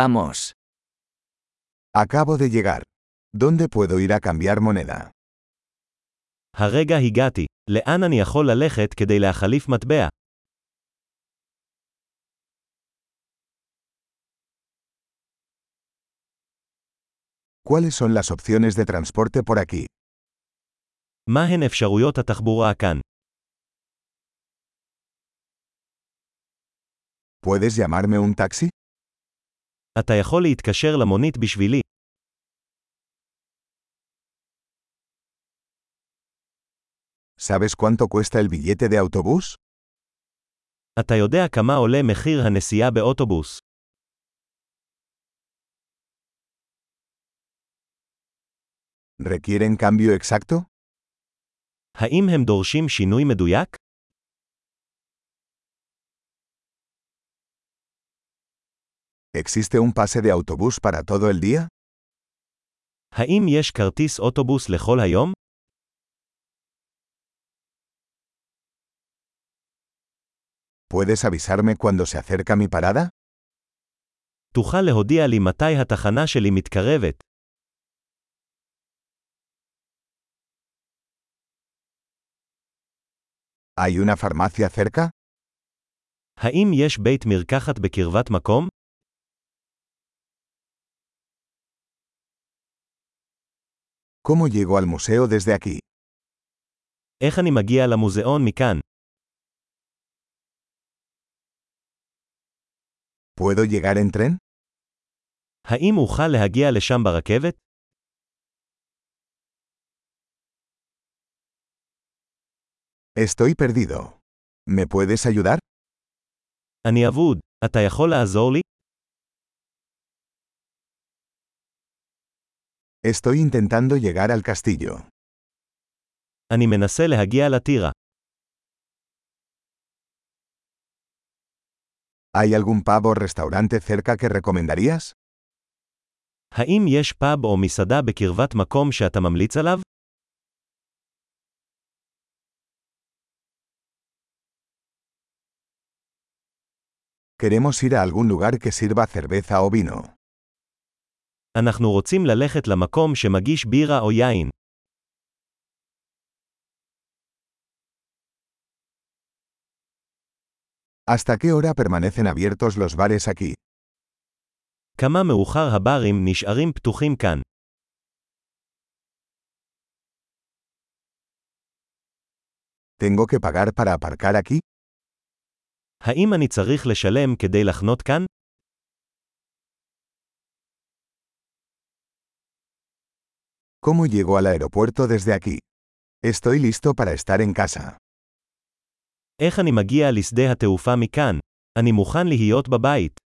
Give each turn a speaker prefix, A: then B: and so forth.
A: Vamos.
B: Acabo de llegar. ¿Dónde puedo ir a cambiar moneda?
C: הרגע הגעתי, לאן אני יכול ללכת כדי להחליף מטבע?
B: ¿Cuáles son las opciones de transporte por aquí?
C: מהן אפשרויות התחבורה כאן?
B: ¿Puedes llamarme un taxi?
C: אתה יכול להתקשר למונית בשבילי.
B: ¿Sabes cuánto cuesta el billete de autobús?
C: אתה יודע כמה עולה מחיר הנסיעה באוטובוס.
B: ¿Requieren cambio exacto?
C: האם הם דורשים שינוי מדויק?
B: ¿Existe un pase de autobús para todo el día?
C: האם יש כרטיס אוטובוס לכל היום?
B: ¿Puedes avisarme cuando se acerca mi parada?
C: תוכל להודיע לי מתי התחנה שלי מתקרבת.
B: ¿Hay una farmacia cerca?
C: האם יש בית מרקחת בקרבת מקום?
B: ¿Cómo llego al museo desde aquí?
C: איך אני מגיע למוזיאון מכאן?
B: ¿Puedo llegar en tren?
C: האם אוכל להגיע לשם ברכבת?
B: Estoy perdido. ¿Me puedes ayudar?
C: אני אבוד. אתה יכול לעזור לי?
B: Estoy intentando llegar al castillo.
C: אני מנסה להגיע לטירה.
B: ¿Hay algún pavo o restaurante cerca que recomendarías?
C: האם יש פאב או מסעדה בקרבת מקום שאתה ממליץ עליו?
B: Queremos ir a algún lugar que sirva cerveza o vino.
C: אנחנו רוצים ללכת למקום שמגיש בירה או יין.
B: ¿Hasta qué hora permanecen abiertos los bares aquí?
C: כמה מאוחר הברים נשארים פתוחים כאן.
B: ¿Tengo que pagar para aparcar aquí?
C: האם אני צריך לשלם כדי לחנות כאן?
B: ¿Cómo llego al aeropuerto desde aquí? Estoy listo para estar en casa.
C: איך אני מגיע לשדה התעופה מכאן? אני מוכן להיות בבית.